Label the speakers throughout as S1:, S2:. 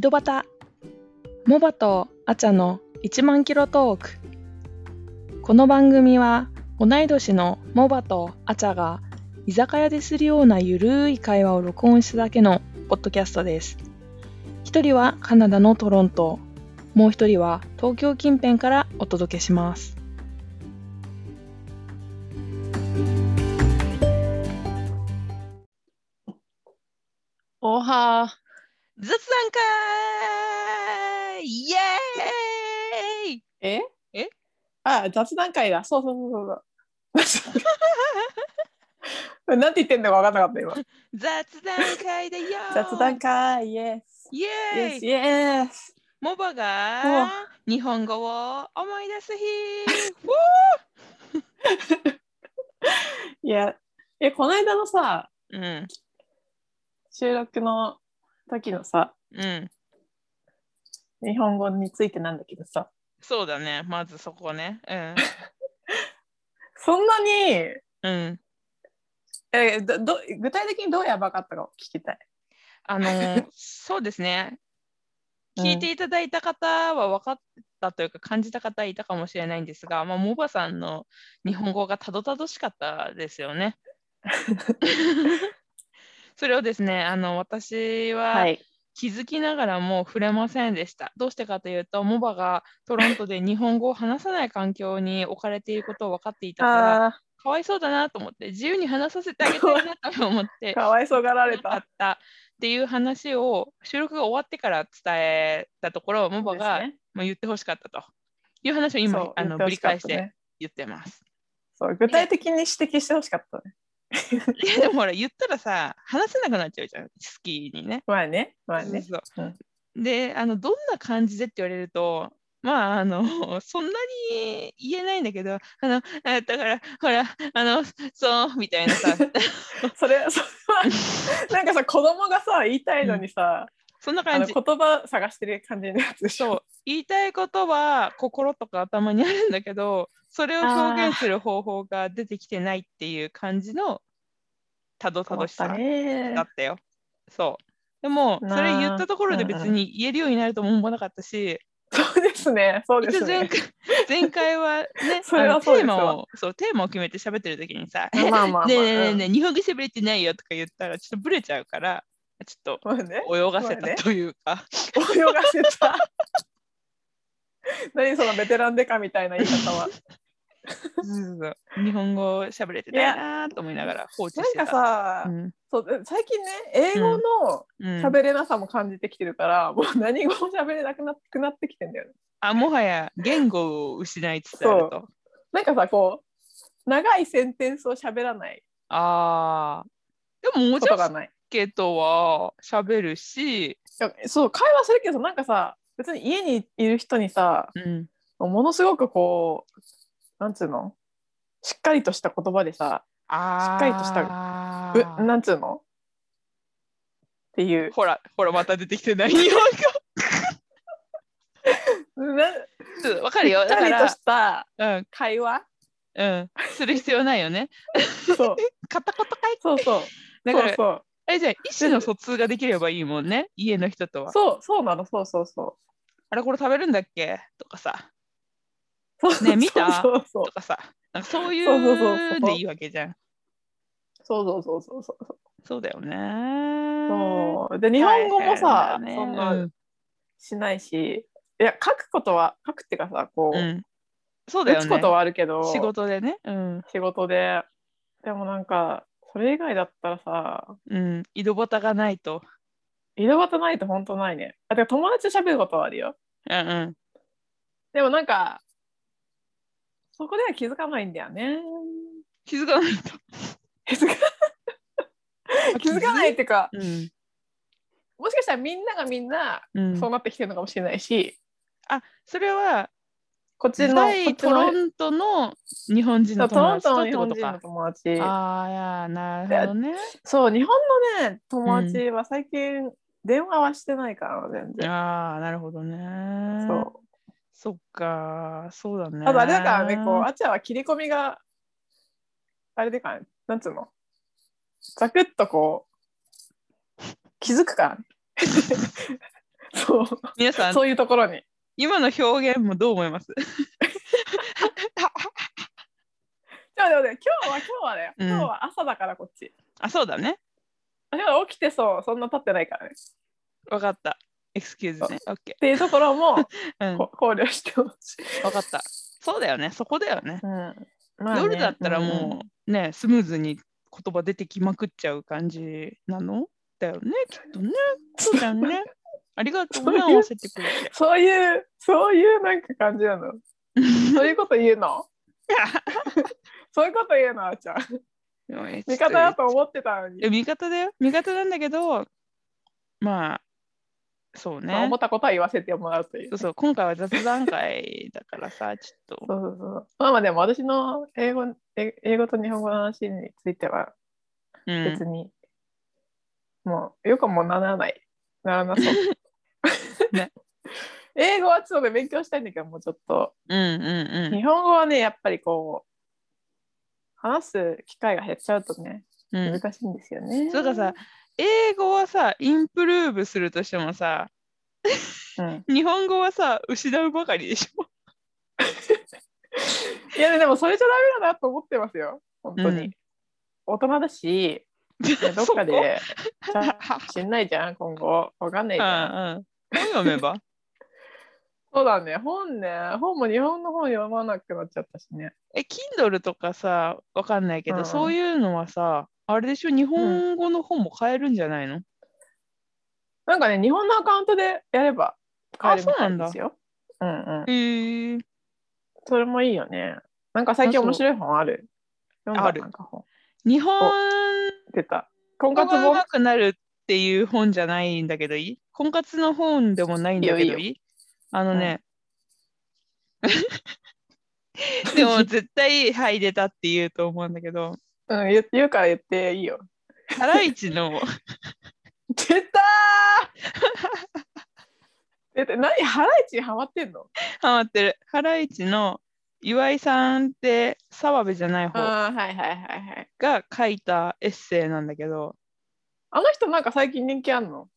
S1: ドバタモバとアチャの1万キロトークこの番組は同い年のモバとアチャが居酒屋でするようなゆるい会話を録音しただけのポッドキャストです一人はカナダのトロントもう一人は東京近辺からお届けしますおは雑談会イエーイ
S2: え
S1: え
S2: あ雑談会だ。そうそうそうそうそう。 なんて言ってんのか分かんなかった今。
S1: 雑談会だよー
S2: 雑談会、イエス。
S1: イエー
S2: イエ
S1: イ
S2: ス、イエス。
S1: モバ
S2: お
S1: が日本語を思い出す日ふ
S2: いや、え、この間のさ、
S1: ううん
S2: 収録の時のさ、
S1: うん
S2: 日本語についてなんだけどさ、
S1: そうだねまずそこね
S2: そんなに、
S1: うんうん
S2: えどど具体的にどうやばかったかを聞きたい。
S1: あの ーそうですね
S2: うん。
S1: 聞いていただいた方は分かったというか感じた方いたかもしれないんですが、まあ、モバさんの日本語がたどたどしかったですよね。それをですねあの私はい気づきながらも触れませんでした。どうしてかというとモバがトロントで日本語を話さない環境に置かれていることを分かっていたから
S2: あ
S1: かわいそうだなと思って自由に話させてあげたいなと思っ
S2: あ、
S1: て
S2: かわいそうがられ。
S1: なかったたっていう話を収録が終わってから伝えたところモバが
S2: ですね
S1: もう言ってほしかったという話を今、
S2: そう
S1: あの
S2: 言
S1: ぶ
S2: ってほ
S1: り返
S2: しかっ
S1: したて
S2: ね
S1: 言ってます。
S2: そう具体的に指摘してほしかったね。
S1: いやでもほら言ったらさ話せなくなっちゃうじゃん好きにね。
S2: まあね、まあね。
S1: そうそうであのどんな感じでって言われるとまああの そんなに言えないんだけどあのあだからほらあのそうみたいな さ
S2: それそれはなんかさ子供がさ言いたいのにさ、
S1: そんな
S2: あ
S1: 感
S2: の
S1: じ
S2: 言葉探してる感じのやつでし
S1: そう
S2: ょ
S1: 言いたいことは心とか頭にあるんだけどそれを表現する方法が出てきてないっていう感じのたどた
S2: 困
S1: ど
S2: っ
S1: したさ
S2: ね
S1: だったよ。そうでもそ
S2: なあ
S1: れ言ったところで
S2: うんうん
S1: 別に言えるようになるとも思わなかったし、
S2: そうですねそうで
S1: 一
S2: す
S1: 応前
S2: ね
S1: 回前回はね
S2: それは
S1: あの
S2: そうで
S1: テー
S2: すわ
S1: マをそうテーマを決めて喋ってる時にさ「
S2: まあまあまあ、
S1: ねえねえねえねえ日本語喋れてないよ」とか言ったらちょっとブレちゃうからちょっ
S2: うんまあね
S1: と泳がせ
S2: まあね
S1: たというか、
S2: 泳がせた 何そのベテランデカみたいな言い方は
S1: そうそうそう日本語喋れてないなーと思いながら放置
S2: な
S1: し
S2: ん
S1: てた。
S2: かさ、
S1: うん
S2: そう最近ね英語の
S1: うん
S2: 喋れなさも感じてきてるから、もう何語も喋れなくなくなってきてんだよね
S1: あもはや言語を失いつつあると。
S2: なんかさこう長いセンテンスを喋らない
S1: ああ。でもも
S2: こ
S1: ちろ
S2: と
S1: ん
S2: がない
S1: ケとは喋るし、
S2: いやそう会話するけどなんかさ別に家にいる人にさ
S1: うん、
S2: ものすごくこうなんつうのしっかりとした言葉でさ
S1: あー
S2: しっかりとしたうなんつうのっていう
S1: ほらほらまた出てきてない 日本
S2: なし
S1: 語わかるよ
S2: っ
S1: だ
S2: か
S1: か
S2: りと
S1: ら
S2: した
S1: うん
S2: 会話
S1: うんする必要ないよね
S2: そう
S1: 片言かい
S2: そうそう
S1: だか
S2: そ
S1: ら
S2: うそう
S1: えじゃあ意思の疎通ができればいいもんね家の人とは
S2: そうそうなのそうそうそ
S1: あれこれ食べるんだっけとかさ
S2: うそう
S1: ね見た
S2: そうそう
S1: とかさなんかそうい
S2: そうそうそうそう
S1: うでいいわけじゃん
S2: そうそうそうそうそうそう
S1: そうだよね
S2: そうで日本語もさ、
S1: 大変だね
S2: そんなしないしいや書くことは書くっていうかさこ
S1: う
S2: う、
S1: ん、うんそうだ
S2: 打
S1: よ
S2: つこと
S1: ね
S2: はあるけど
S1: 仕事でねうん
S2: 仕事ででもなんかそれ以外だったらさ
S1: うん井戸端がないと
S2: 井戸端ないと本当ないねあてか友達と喋ることはあるよ
S1: うんうん
S2: でもなんかそこでは気づかないんだよね
S1: 気づかないと
S2: 気づか 気づかないっていうか
S1: うん
S2: もしかしたらみんながみんな
S1: うん
S2: そうなってきてるのかもしれないし、
S1: それは
S2: こっちのこ
S1: 在
S2: っち
S1: トロ
S2: の
S1: ントの日本人
S2: そ
S1: の
S2: うトロ
S1: 友達とっ
S2: ント
S1: て
S2: の日
S1: こと
S2: 本人の
S1: か。
S2: 友達
S1: ああ、いやー、なるほどね。
S2: そう日本のね友達は最近電話はしてないから全然、
S1: ああ、なるほどね。
S2: そう。
S1: そっか、そうだね。
S2: あとあれだからね、こう、あ ちゃは切り込みが、あれでかね、なんつうの、ざくっとこう、気づくからね。 そう
S1: 皆さん
S2: そういうところに
S1: 今の表現もどう思います
S2: でもでもね今日は今日はね、
S1: うん
S2: 今日は朝だからこっち
S1: あそうだね
S2: あでも起きてそうそんな経ってないからねっ
S1: わかったエクスキューズねオッケ
S2: ていうところ も
S1: ーうん
S2: こ考慮してほしい、
S1: わかったそうだよねそこだよね
S2: うんまあね
S1: 夜だったらもうねスムーズに言葉出てきまくっちゃう感じなのだよねきっとねそうだよね ありがとうね
S2: そういう
S1: 合わせてくれて
S2: そういうそういうなんか感じなのそういうこと言うの そういうこと言うのあーちゃん味
S1: 味
S2: 方だと思ってたのに、
S1: いや味方だよ味方なんだけどまあそう
S2: まあ
S1: ね
S2: 思ったことは言わせてもらうという
S1: そうそう今回は雑談会だからさちょっと
S2: そうそうそうまあまあでも私の英語え英語と日本語の話については
S1: うん
S2: 別に、もうよくもならないならなそう、
S1: ね
S2: 英語はちょっとね勉強したいんだけどもうちょっと
S1: うんうん
S2: 日本語はねやっぱりこう話す機会が減っちゃうとね
S1: うんうん
S2: 難しいんですよね、
S1: そうかさ英語はさインプルーブするとしてもさ
S2: うん
S1: 日本語はさ失うばかりでしょ
S2: いやでもそれじゃダメだなと思ってますよ本当に、
S1: うん
S2: 大人だしいやどっか
S1: そこ
S2: でちゃん知んないじゃん今後わかんないじゃん
S1: ああ本読め ば
S2: そうだね、本ね、本も日本の本読まなくなっちゃったしね。
S1: え Kindle とかさわかんないけど、
S2: うん
S1: そういうのはさあれでしょ日本語の本も買えるんじゃないの、
S2: なんかね、日本のアカウントでやれば買えるみたいですよ。うんうん。
S1: へえ
S2: それもいいよね。なんか最近
S1: あそう
S2: 面白い本ある読んだ
S1: ある
S2: なんか本。
S1: 日本
S2: 出た。婚
S1: 語
S2: 活
S1: が
S2: 本
S1: 上手くなるっていう本じゃないんだけどいい婚活の本でもないんだけ
S2: いい
S1: ど
S2: よ
S1: い
S2: い
S1: いあのね、でも絶対「はい出た」って言うと思うんだけ ど
S2: うん言う、言うから言っていいよ。
S1: ハライチの
S2: 出 たー出て何ハライチにハマってんの
S1: ハマってるハライチの岩井さんって澤部じゃない方
S2: ああ、はいはいはいはい。
S1: が書いたエッセイなんだけど
S2: あの人なんか最近人気あんの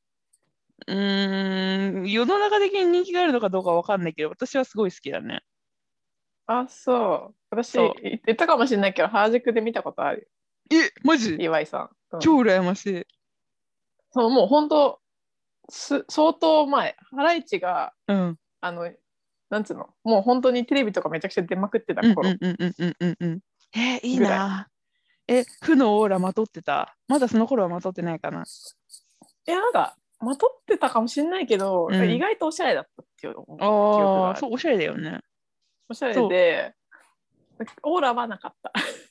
S1: うーん世の中的に人気があるのかどうかわかんないけど私はすごい好きだね
S2: あ、そう。私、
S1: そう
S2: 言ったかもしれないけど、原宿で見たことある
S1: えマジ
S2: よ、岩井さん。うん
S1: 超羨ましい
S2: そのもう本当す相当前ハライチが
S1: うん
S2: あのなんつうのもう本当にテレビとかめちゃくちゃ出まくってた
S1: うん
S2: 頃、
S1: うんうんうんうんうんうん。えーいい
S2: ぐらい
S1: な。え、負のオーラまとってた。まだその頃はまとってないかな。
S2: いやなんかまとってたかもしれないけど、
S1: うん
S2: 意外とおしゃれだったっていうの
S1: あ
S2: あ
S1: あ、そう、おしゃれだよね。
S2: おしゃれでオーラはなかっ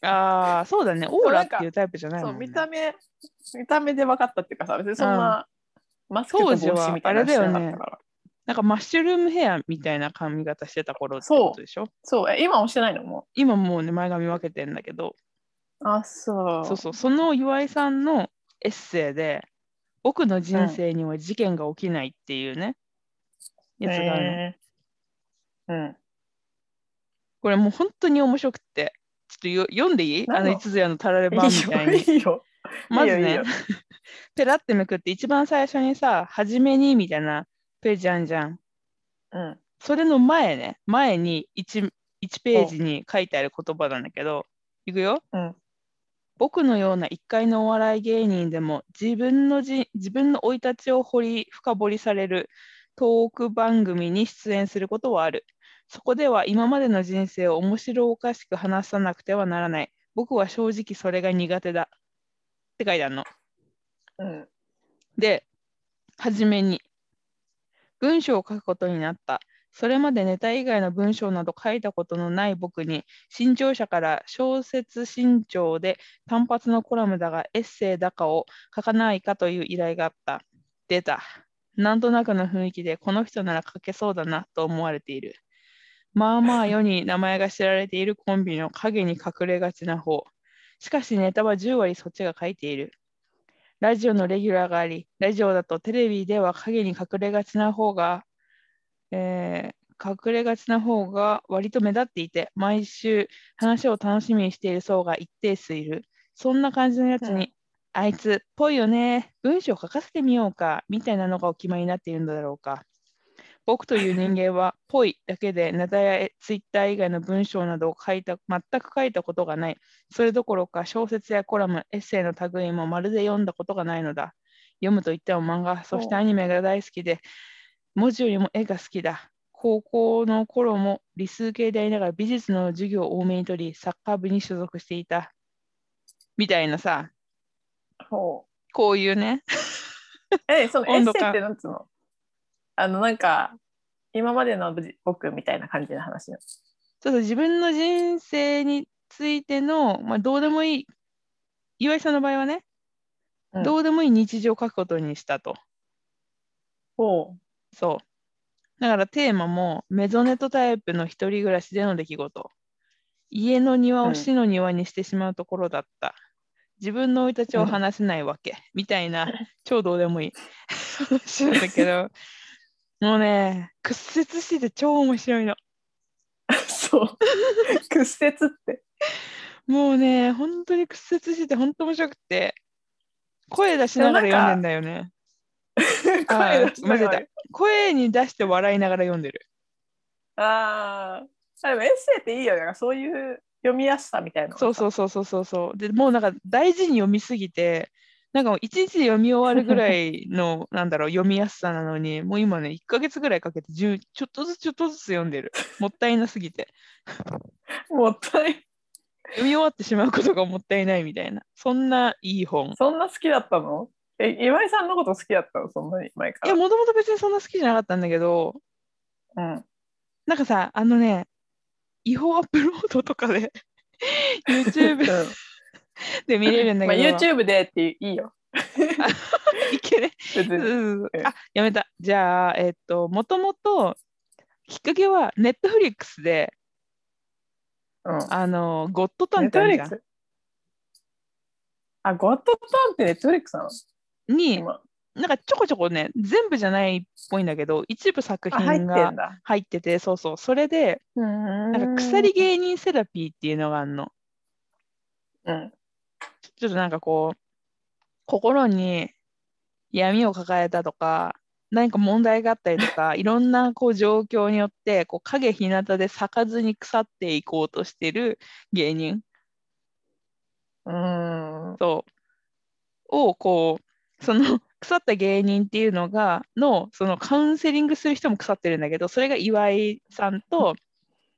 S2: た、
S1: ああ、そうだね。オーラっていうタイプじゃない
S2: そ
S1: も、
S2: うん
S1: ね
S2: 見。た目見た目で分かったっていうかさ別にそんな、マスクと帽子みたいなのしてなかったから
S1: なんかマッシュルームヘアみたいな髪型してた頃って
S2: そう
S1: ことでしょ
S2: そうえ今もしてないのも
S1: 今もうね、前髪分けてんだけど、
S2: うあそう
S1: そうそう、その岩井さんのエッセイで、僕の人生には事件が起きないっていうね、やつがあるの
S2: へーうん
S1: これもう本当に面白くって、ちょっとよ読んでいい
S2: な
S1: あ
S2: ん
S1: の、
S2: の
S1: いつぞやのタラレバみたい
S2: い
S1: に。
S2: いよいいよ
S1: まず
S2: いい
S1: ね
S2: よ、
S1: ペラってめくって一番最初にさ、はじめにみたいなページあんじゃん。
S2: うん
S1: それの前ね、前に 1, 1ページに書いてある言葉なんだけど、いくよ。
S2: うん
S1: 僕のような一階のお笑い芸人でも自分のじ自分の生い立ちを掘り深掘りされるトーク番組に出演することはある。そこでは今までの人生を面白おかしく話さなくてはならない。僕は正直それが苦手だ。って書いてあるの。
S2: うん
S1: で、はじめに、文章を書くことになった。それまでネタ以外の文章など書いたことのない僕に、新潮社から小説新潮で単発のコラムだがエッセイだかを書かないかという依頼があった。出た。なんとなくの雰囲気で、この人なら書けそうだなと思われている。まあまあ世に名前が知られているコンビの影に隠れがちな方。しかしネタは10割そっちが書いている。ラジオのレギュラーがあり、ラジオだとテレビでは影に隠れがちな方が、えー隠れがちな方が割と目立っていて、毎週話を楽しみにしている層が一定数いる。そんな感じのやつに、あいつっぽいよね、文章書かせてみようか、みたいなのがお決まりになっているのだろうか。僕という人間は、ぽいだけで、なだやツイッター以外の文章などを書いた、全く書いたことがない。それどころか、小説やコラム、エッセイの類もまるで読んだことがないのだ。読むといっても漫画、そしてアニメが大好きで、文字よりも絵が好きだ。高校の頃も理数系でありながら美術の授業を多めに取り、サッカー部に所属していた。みたいなさ、
S2: ほ
S1: こういうね、
S2: う。え、そのエッ
S1: 温度
S2: セイ
S1: 感
S2: ってなんつうのあの、なんか、今までのぶ僕みたいな感じの話なの
S1: ちょっと自分の人生についての、まあ、どうでもいい、岩井さんの場合はね、
S2: うん
S1: どうでもいい日常を書くことにしたと。
S2: ほう。
S1: そう。だからテーマも、メゾネットタイプの一人暮らしでの出来事。家の庭
S2: う
S1: を
S2: ん
S1: 死の庭にしてしまうところだった。自分の生い立ちを話せないわけ。みたいな、超どうでも いい。話なんだけど、もうね、屈折してて超面白いの。
S2: そう。屈折って。
S1: もうね、本当に屈折してて、本当面白くて、声出しながら
S2: でも
S1: 読
S2: なんん
S1: でんだよね。
S2: 声出しなが
S1: あー間
S2: ら
S1: 違え声に出して笑いながら読んでる。
S2: あーあ。でもエッセイっていいよね。なんかそういう読みやすさみたいなのがさ。
S1: そうそうそうそうそうそう。でもうなんか大事に読みすぎて、なんかもう一日で読み終わるぐらいの なんだろう読みやすさなのに、もう今ね、1ヶ月ぐらいかけて10ちょっとずつちょっとずつ読んでる。もったいなすぎて。
S2: もったい。
S1: 読み終わってしまうことがもったいないみたいな。そんないい本。
S2: そんな好きだったのえ、今井さんのこと好きだったのそんなに前か
S1: い
S2: ら。
S1: や、もともと別にそんな好きじゃなかったんだけど、
S2: うん。
S1: なんかさ、あのね、違法アップロードとかで YouTube
S2: うん
S1: で見れるんだ
S2: まあ、
S1: けど、
S2: YouTube でっていいよ。
S1: いけね。
S2: 別
S1: うん
S2: に。
S1: うんうん
S2: ええ
S1: あ、やめた。じゃあ、えっと、もともと、きっかけは Netflix で、
S2: うん。
S1: あの、ゴッドタ
S2: ネ
S1: ンっ
S2: ッ
S1: て
S2: ト
S1: あ
S2: フ
S1: る
S2: リ
S1: じ
S2: ッ
S1: ゃ
S2: クス。あ、ゴッドタンってネットフリックスなの
S1: んに、
S2: 今。
S1: なんかちょこちょこね、全部じゃないっぽいんだけど、一部作
S2: あ、入っ
S1: 品
S2: て
S1: が
S2: んだ。
S1: 入ってて、そうそう、それで、な
S2: なん
S1: か鎖芸人セラピーっていうのがあるの。
S2: うん。
S1: ちょっとなんかこう、心に闇を抱えたとか、何か問題があったりと か、いろんなこう状況によって、こう影日向で咲かずに腐っていこうとしてる芸人
S2: うん。
S1: と、をこう、その腐った芸人っていうのが、の、そのカウンセリングする人も腐ってるんだけど、それが岩井さんと、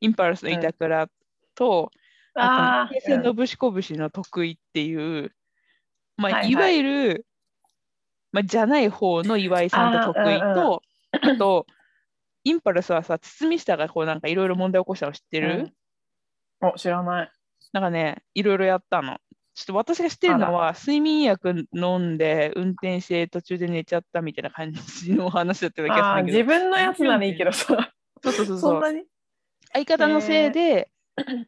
S1: インパルスの板倉と、あ
S2: あ
S1: と、
S2: ー
S1: 平成のぶしこぶしの得意っていう、まあ、
S2: はいはい
S1: いわゆる、まあ、じゃない方の岩井さんと
S2: あ
S1: 得意
S2: ー
S1: と、あ,、と、インパルスはさ、堤下がこうなんかいろいろ問題起こしたの知ってる、
S2: うんお、知らない。
S1: なんかね、いろいろやったの。ちょっと私が知ってるのは、睡眠薬飲んで運転して途中で寝ちゃったみたいな感じのお話だっただけ
S2: あ
S1: な
S2: ー
S1: んだけ
S2: 自
S1: ど、
S2: 分のやつならいいけどさ、
S1: そうそうそうそ
S2: そん
S1: う
S2: なに。
S1: 相方のせいで、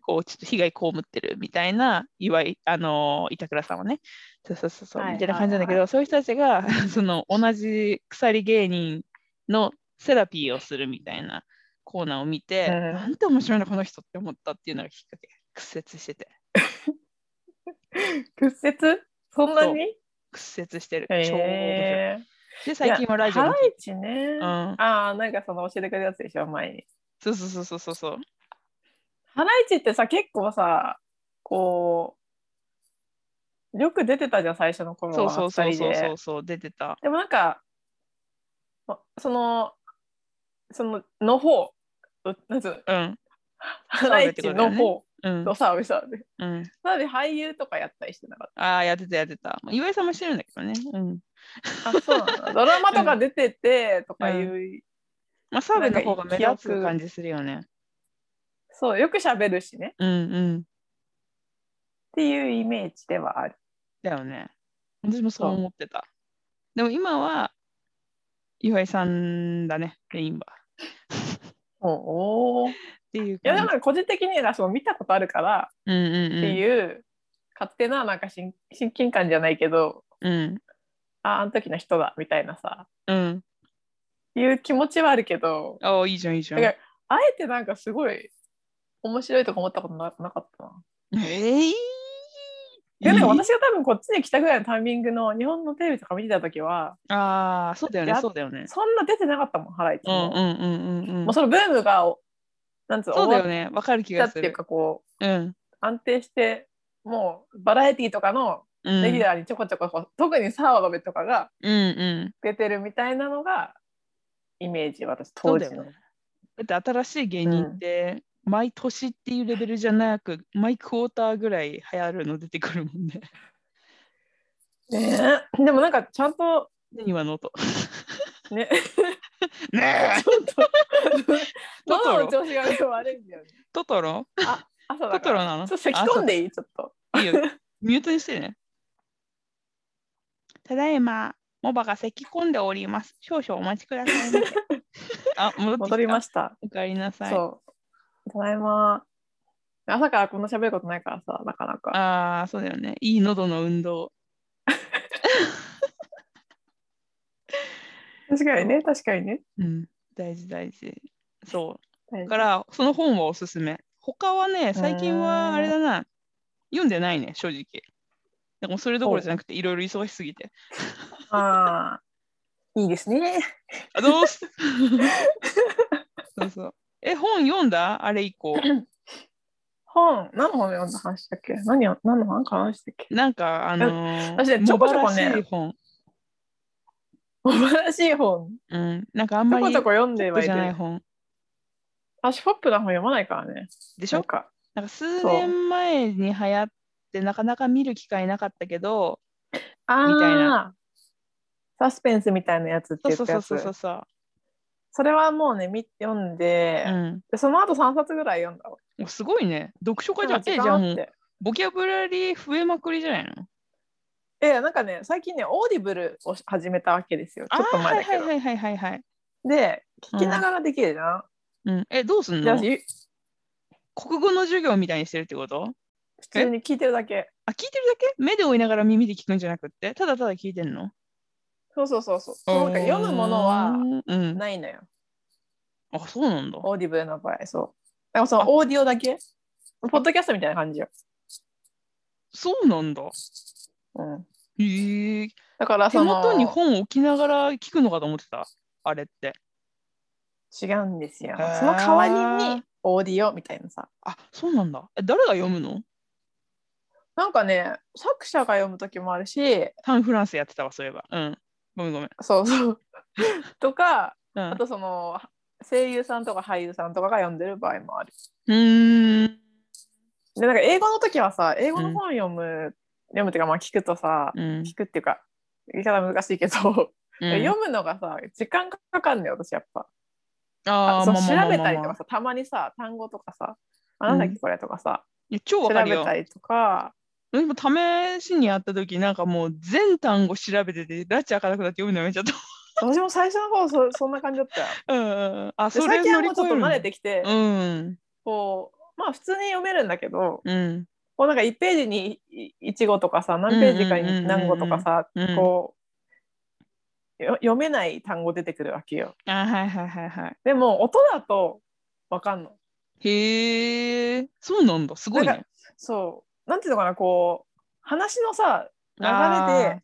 S1: こう、ちょっと被害被ってるみたいな、岩井、あのー板倉さんはね、そうそうそうそう、
S2: はい
S1: みたいな感じなんだけど、そういう人たちが、その、同じ鎖芸人のセラピーをするみたいなコーナーを見て、
S2: うん
S1: なんて面白いな、この人って思ったっていうのがきっかけ。屈折してて。
S2: 屈折そんなに
S1: 屈折してる。超面白い
S2: えー
S1: で、最近はラジオ
S2: い
S1: に
S2: や
S1: 聞
S2: ハ
S1: い
S2: ライチね。
S1: うん
S2: ああ、なんかその教えてくれたやつでしょ、前に。
S1: そうそうそうそうそうそう。
S2: ハライチってさ、結構さ、こう、よく出てたじゃん、最初の頃
S1: そう
S2: は。
S1: そうそうそう
S2: 二人
S1: そ
S2: で
S1: うそう、出てた。
S2: でもなんか、まその、その、の方、うなんつうの
S1: うん、
S2: ハライチの
S1: 澤部ってこ
S2: 方
S1: うん
S2: と、澤部さんで。
S1: うん。
S2: 澤部俳優とかやったりしてなかっ
S1: ああ、やってた、やってた。まあ岩井さんもしてるんだけどね。うん。
S2: た。あ、そうなんだ。ドラマとか出てて、とかいう、
S1: まあ、澤部の方が目
S2: なんか
S1: 立
S2: 記
S1: つ
S2: 憶
S1: 感じするよね。
S2: そう、よく喋るしね。
S1: うんうん。
S2: っていうイメージではある。
S1: だよね。私もそう
S2: そう
S1: 思ってた。でも今は、岩井さんだね、メインは。
S2: おお。い
S1: っていう
S2: や、で
S1: 感
S2: もな
S1: じ。
S2: んか個人的にはその見たことあるから、
S1: うんうん
S2: って
S1: う
S2: いう、勝手ななんか親親近感じゃないけど
S1: ん。うん
S2: ああの時の人だみたいなさ
S1: うん。
S2: いう気持ちはあるけど
S1: ああ、いいじゃん、いいじゃん。
S2: だか
S1: え
S2: らあえてなんかすごい面白いとか思ったことななかったな。
S1: ー、
S2: いやでも私が多分こっちに来たぐらいのタイミングの日本のテレビとか見てた時は
S1: ああ、そうだよね、そうだよね。
S2: そんな出てなかったもんハライチ
S1: うん
S2: も,、
S1: うんうんうんうん
S2: もう。そのブームがおなんつうの
S1: そうだよ
S2: 終
S1: ね、わかる気
S2: わ
S1: が
S2: った
S1: す
S2: っていう
S1: る。
S2: かこう
S1: うん。
S2: 安定してもうバラエティとかの
S1: うん
S2: レギュラーにちょこちょこ、こう特に澤部とかが
S1: うんうん。
S2: 出てるみたいなのがイメージ私
S1: そ
S2: 当
S1: うだ
S2: 時
S1: よ
S2: の
S1: ね。だって新しい芸人って、毎年っていうレベルじゃなく、毎クォーターぐらい流行るの出てくるもんね。
S2: ねえでもなんかちゃんと
S1: 何今の 音。
S2: ね
S1: ねえ
S2: ちょっと
S1: トト
S2: 喉
S1: ロ
S2: の調子が、ね、悪いんだよね
S1: トトロ
S2: 朝
S1: ト
S2: だか
S1: トロ
S2: ら
S1: なの
S2: ちょっと咳込んでいいちょっと
S1: いいよ。ミュートにしてね。ただいま、モバが咳込んでおります。少々お待ちくださ いませ。あ、戻ってきた
S2: 戻りました
S1: おかえりなさい。
S2: そうただいま朝からこんな喋ることないからさなかなか
S1: ああ、そうだよね。いい喉の運動。
S2: 確かにね確かにね
S1: うん、大事大事。そう。
S2: 大
S1: だ
S2: 事
S1: から、その本はおすすめ。他はね、最近
S2: うー
S1: は
S2: ん
S1: あれだな。読んでないね、正直。でもそれどころじゃなくて、いろいろ忙しすぎて。
S2: あーいいですね
S1: あ、 どうすそうそう。え、本読んだあれ以降。
S2: 本何の本読んだ話だっけ何を何の本話した っけ
S1: なんか、あのー、
S2: 私ねちょこちょこね
S1: 茂原市本。
S2: 素晴らしい本
S1: うん、なんかあん
S2: ち
S1: ま
S2: ょ
S1: り、
S2: こちょこ読ん
S1: ポ
S2: で
S1: ッ
S2: は
S1: プ
S2: い
S1: じ
S2: る
S1: ゃない本。
S2: 私ポップな本読まないからね
S1: でし
S2: な
S1: ょ
S2: んか
S1: なんか数年前に流行って、なかなか見る機会なかったけど、
S2: あ
S1: みたい
S2: なサスペンスみたいなやつって
S1: そう
S2: 言
S1: そう
S2: った
S1: そ
S2: や
S1: うそう
S2: つ
S1: そうそう。
S2: それはもうね見読んで,、
S1: うん、
S2: でその後3冊ぐらい読んだわ
S1: おすごいね。読書家じゃん。
S2: で
S1: え
S2: も
S1: じゃあ
S2: 時間あ
S1: も
S2: っ
S1: う、
S2: て
S1: ボキャブラリー増えまくりじゃないの
S2: いやなんかね最近ねオーディブルを始めたわけですよちょっと前だけど、
S1: あーはいはいはいはいはいはい。
S2: で聞きながらできるじゃん、
S1: うん、え、どうすん
S2: で
S1: の
S2: 私
S1: 国語の授業みたいにしてるってこと
S2: 普通に聞いてるだけ
S1: あ、聞いてるだけ目で追いながら耳で聞くんじゃなくって、ただただ聞いてんの
S2: そうそうそうそうそうなんか読むもの
S1: う
S2: は
S1: んうん。
S2: ないのよ
S1: あ、そうなんだ。
S2: オーディブルの場合そうだからそのオーディオだけポッドキャストみたいな感じよ、
S1: そうなんだ。
S2: うん、
S1: へえ。
S2: だから
S1: 手
S2: その
S1: 元に本置きながら聞くのかと思ってた。あれって。
S2: 違うんですよ
S1: へー
S2: その代わりにオーディオみたいなさ
S1: あ、そうなんだ。え、誰が読むの
S2: なんかね作者が読む時もあるし
S1: サンフランスやってたわ、そういえば。うん。ごめんごめん。
S2: そうそう とか
S1: うん、
S2: あとその声優さんとか俳優さんとかが読んでる場合もある
S1: うーん。
S2: でなんか英語の時はさ英語の本読む、読むっていうかまあ聞くとさ
S1: うん
S2: 聞くっていうか言い方難しいけど、読むのがさ時間かかんねよ私やっぱ
S1: あ
S2: あ
S1: ー
S2: そ
S1: ま
S2: の
S1: あ
S2: 調
S1: まあまあまあ
S2: べたりとかさたまにさ単語とかさあなんだっけこれとかさ、
S1: いや超わ
S2: 調
S1: かる
S2: べ
S1: よ
S2: た。りとか
S1: でも試しにやった時なんかもう全単語調べててラチ開かなくなって読むのやめちゃっ た。
S2: 私も最初の方そそんな感じだったよ
S1: うんうんうん。あ
S2: で
S1: それ
S2: 最近
S1: 乗
S2: は
S1: り
S2: もう
S1: 越
S2: ちょっ
S1: え
S2: と
S1: るの
S2: 慣れてきて、
S1: うん
S2: こうまあ普通に読めるんだけど
S1: うん
S2: こうなんか1ページに1語とかさ何ページか
S1: うんうんうんうんうん
S2: に何語とかさ
S1: うん。
S2: こうよ読めない単語出てくるわけよ
S1: あはいはいはいは
S2: でも音だとわかんの
S1: い。へえそうなんだすごい
S2: なん
S1: ね
S2: か。そうなんていうのかなこう話のさ流
S1: あー
S2: れ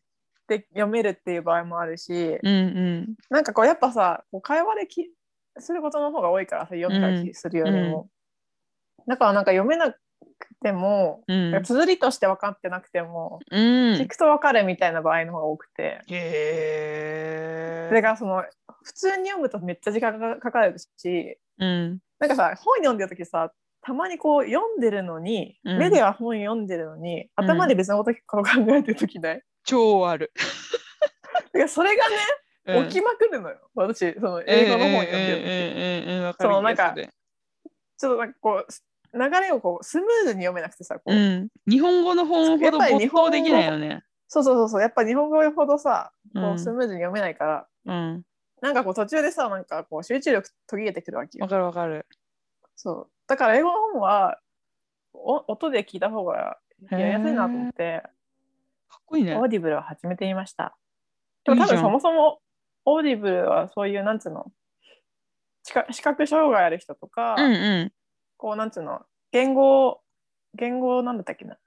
S2: でで読めるっていう場合もあるし
S1: うんうん
S2: なんかこうやっぱさこう会話できすることの方が多いからさ読んだりするよりも、だからなんか読めなくても
S1: うん
S2: 綴りとして分かってなくても、
S1: うん。
S2: 聞
S1: へ
S2: くと分かるみたいな場合の方が多くて、それ
S1: え。
S2: からその普通に読むとめっちゃ時間がかかるし
S1: うん
S2: なんかさ本読んでる時さたまにこう読んでるのに、
S1: うん
S2: 目では本読んでるの
S1: う
S2: に
S1: ん
S2: 頭で別のこと考えてる時ない、
S1: 超ある。
S2: だからそれがね、
S1: うん
S2: 起きまくるのよ私その英語の本読んでる時、
S1: うんうんうんうんわかる
S2: その
S1: 気が
S2: なんか
S1: する
S2: ちょっとなんかこうす流れをこうスムーズに読めなくてさこ
S1: う
S2: う、
S1: ん日本語の本ほど
S2: やっぱり
S1: 没
S2: 日本
S1: 頭
S2: 語
S1: できないよね。
S2: そうそうそうそうやっぱ日本語ほどさ
S1: う
S2: こ
S1: ん
S2: うスムーズに読めないから、
S1: うん
S2: なんかこう途中でさなんかこう集中力途切れてくるわけよ
S1: わかるわかる。
S2: そうだから英語の本はお音で聞いた方がやりやすいなと思って、
S1: かっこいいね
S2: オ。ーディブルを始めてみましたでも
S1: い
S2: 多
S1: いじゃ
S2: 分
S1: ん
S2: そもそもオーディブルはそういうなんつうの視覚視覚障害ある人とか、
S1: うんうん。
S2: こうなんつうの言語言語なんだったっけな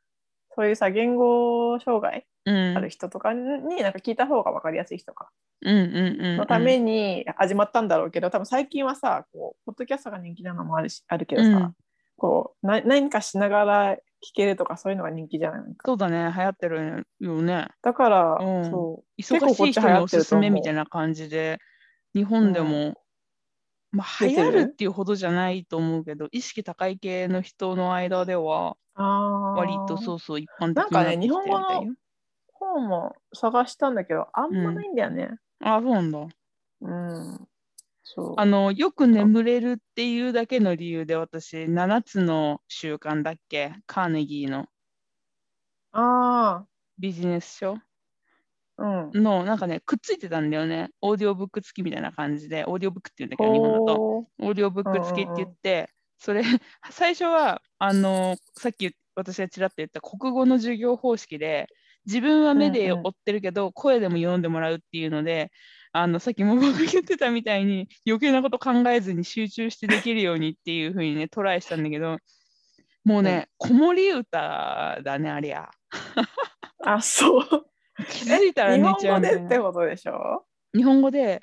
S2: そういうさ言語障害
S1: うん。
S2: ある人とかに、なんか聞いた方が分かりやすい人とか
S1: うんうんうんうん。
S2: のために始まったんだろうけど、多分最近はさこうポッドキャストが人気なのもあるしあるけどさ、
S1: うん
S2: こうな何かしながら聞けるとかそういうのが人気じゃないのか
S1: そうだね、流行ってるよね。
S2: だから、
S1: うん
S2: そう結
S1: 忙
S2: 構
S1: し
S2: こ
S1: い
S2: っち
S1: 人
S2: 流
S1: に
S2: 行
S1: お
S2: って
S1: す
S2: る
S1: す
S2: と思
S1: め
S2: う
S1: みたいな感じで、日本でも、まあ、
S2: 出
S1: 流
S2: てる
S1: 行るっていうほどじゃないと思うけど、意識高い系の人の間では、
S2: あー
S1: 割とそうそう一般的に
S2: なんかね
S1: なってきてるみたいよ
S2: 日本語の本も探したんだけどあんまないんだよね。
S1: あそうなんだ。
S2: うん、そう
S1: あの、よく眠れるっていうだけの理由で、私、7つの習慣だっけ、カーネギーの
S2: あ
S1: ビジネス書
S2: ーうん。
S1: の、なんかね、くっついてたんだよね。オーディオブック付きみたいな感じで、オーディオブックっていうんだけど、日本だと。
S2: おー
S1: オーディオブック付きって言って、それ、 最初は、あの、さっき私がちらっと言った国語の授業方式で、自分は目で
S2: うんうん
S1: 追ってるけど、声でも読んでもらうっていうので、あの、さっきも僕が言ってたみたいに、余計なこと考えずに集中してできるようにっていうふうにね、トライしたんだけど、もうね、子守歌だね、ありゃ。
S2: あそう。
S1: 気づいたら
S2: 日
S1: 寝
S2: 本
S1: ちゃうみ
S2: 語
S1: た
S2: で
S1: い
S2: って
S1: な。
S2: ことでしょ
S1: 日本語で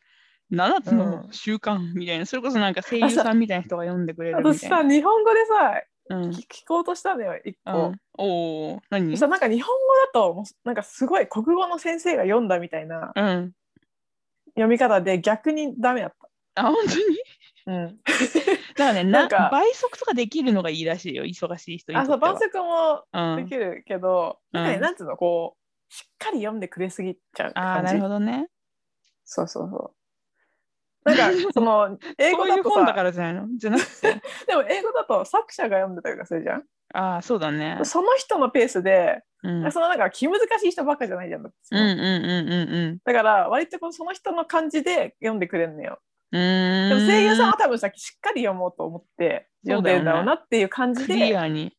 S1: 7つの
S2: うん
S1: 習慣みたいな、それこそなんか声優さんみたいな人が読んでくれるみ
S2: 私
S1: たいな
S2: さ。日本語でさ
S1: うん
S2: 聞聞こうとしたのよ一個。
S1: おおー、何
S2: さなんか日本語だともうなんかすごい国語の先生が読んだみたいな
S1: うん。
S2: 読み方で逆にダメだっ
S1: あ、本当に
S2: た。うん、
S1: だからね、
S2: な
S1: なん
S2: か
S1: 倍速とかできるのがいいらしいよ、忙しい人にと
S2: あ
S1: って
S2: そ
S1: は。
S2: う晩酌も
S1: う
S2: で
S1: ん
S2: きるけど、
S1: うん
S2: なんかねなんつうのこうしっかり読んでくれすぎちゃう
S1: あー
S2: 感
S1: な
S2: じ
S1: るほどね。
S2: そうそうそうなん かその英語
S1: そ
S2: だと
S1: ういう本だ
S2: さ
S1: からじゃないのじゃなくて。
S2: でも英語だと作者が読んでたりとかするじゃん、
S1: ああ、そうだね。
S2: その人のペースで、
S1: うん。うん
S2: そのなんか気難しい人ばっかじゃないじゃんだって
S1: うんうんうん
S2: だから割とこうその人の感じで読んでくれるのよ
S1: うん。うーん
S2: でも声優さんは多分さしっかり読もうと思って読んでるんだろうなっていう感じ
S1: ク
S2: で
S1: リアに。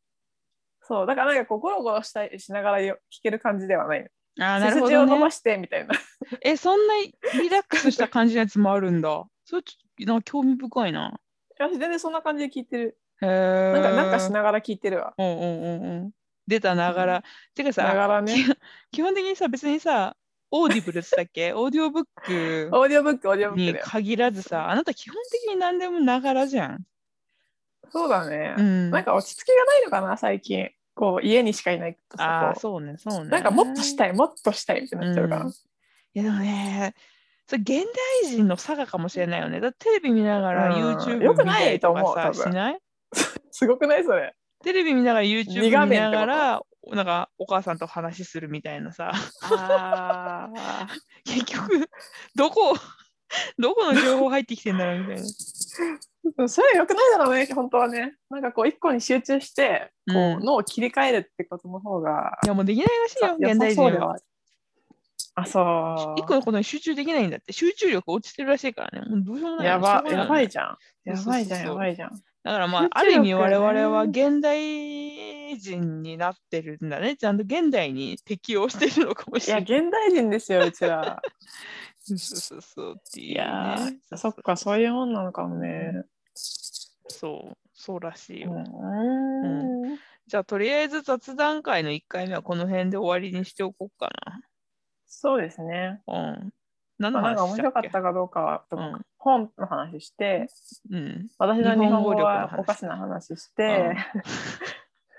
S2: そうだからなんかこうゴロゴロしたりしながらよ聞ける感じではないの
S1: ああ、なる
S2: 背
S1: ほ
S2: 筋を
S1: ど、
S2: 伸ば
S1: ね。
S2: してみたいな
S1: え、そんなリラックスした感じのやつもあるんだ。それちょっとなんか興味深いな。
S2: 私全然そんな感じで聞いてる
S1: へえ。
S2: なんかなんかしながら聞いてるわ
S1: うんうんうんうん。出たながら。てかさ、
S2: ながらね
S1: 基基本的にさ別にさオーディブルっつったっ けオーディオブック
S2: オーディオブックオーディオブック
S1: に
S2: だよ
S1: 限らずさあなた基本的に何でもながらじゃん。
S2: そうだね、
S1: うん、
S2: なんか落ち着きがないのかな最近こう家にしかいないと
S1: あ
S2: さ
S1: あ
S2: こ
S1: そうねそう
S2: う
S1: ね。
S2: なんかもっとしたいもっとしたいってなっちゃうから、
S1: うんいやでもねそれ現代人の差がかもしれないよね。だってテレビ見ながら
S2: うん
S1: YouTube
S2: よく
S1: 見
S2: な
S1: たり
S2: いと
S1: と
S2: 思う
S1: か
S2: 多
S1: さ
S2: 分
S1: しない
S2: すごくないそれ
S1: テレビ見ながら
S2: 二
S1: YouTube
S2: 画
S1: 見な
S2: 面ってこ
S1: が
S2: と
S1: らなんかお母さんと話するみたいなさ
S2: あ
S1: 結局どこどこの情報入ってきてんだろうみたいな。
S2: それよくないだろうね本当はねなんかこう一個に集中して
S1: う
S2: こうん脳を切り替えるってことの方が、
S1: いやもうできないらしいよ
S2: 良
S1: 現
S2: さ
S1: 代
S2: そう
S1: 人
S2: で
S1: は
S2: は。あそう
S1: 一個のことに集中できないんだって集中力落ちてるらしいからねもうどうしようもない
S2: やばやばい
S1: だ
S2: じゃん
S1: そう
S2: や
S1: そうそう
S2: ばいじゃんやばいじゃん
S1: からまあ、
S2: 集中力
S1: ある意味我
S2: ね
S1: 々は現代人になってるんだねちゃんと現代に適応してるのかもし
S2: い
S1: れな
S2: や
S1: い
S2: 現代人ですようちら
S1: そうそうそうって いう、ね、
S2: いや
S1: そう
S2: ーそっかそういうもんなのかもね
S1: そうそうらしいよ、
S2: うん
S1: じゃあとりあえず雑談会の1回目はこの辺で終わりにしておこうか
S2: そうですね。
S1: なうん何
S2: ま
S1: の
S2: あ、な
S1: 話
S2: んか面
S1: した
S2: 白
S1: っ
S2: かっ
S1: け
S2: たかどうかは、
S1: うん
S2: 本の話して、
S1: うん
S2: 私の
S1: 日
S2: 日
S1: 本
S2: 本
S1: 語
S2: 語
S1: 力の話
S2: はおかしな話して、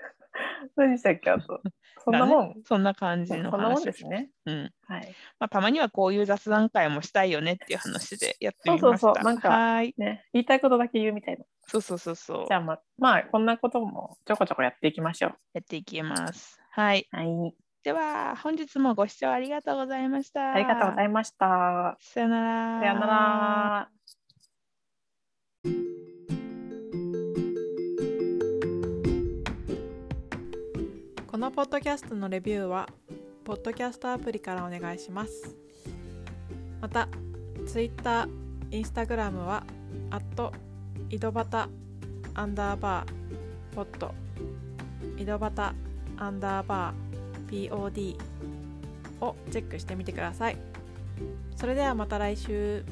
S2: 何でしたっけあ と。そんなもん、
S1: そんな感じ
S2: そん
S1: の話
S2: なもんですね。
S1: うん
S2: はい。
S1: まあ、たまにはこういう雑談会もしたいよねっていう話でやってみました。
S2: そうそうそうなんか
S1: はーい。
S2: ね、言いたいことだけ言うみたいな。
S1: そうそうそうそう。
S2: じゃあまあ、まあ、こんなこともちょこちょこやっていきましょう。
S1: やっていきます。はい。
S2: はい。
S1: では、本日もご視聴ありがとうございました。
S2: ありがとうござ
S1: い
S2: いました。
S1: ます。さよなら。
S2: さよな。ら。
S3: このポッドキャストのレビューはポッドキャストアプリからお願いしますまた Twitter、Instagram はアット井戸端アンダーバーポッド井戸端アンダーバー POD をチェックしてみてくださいそれではまた来週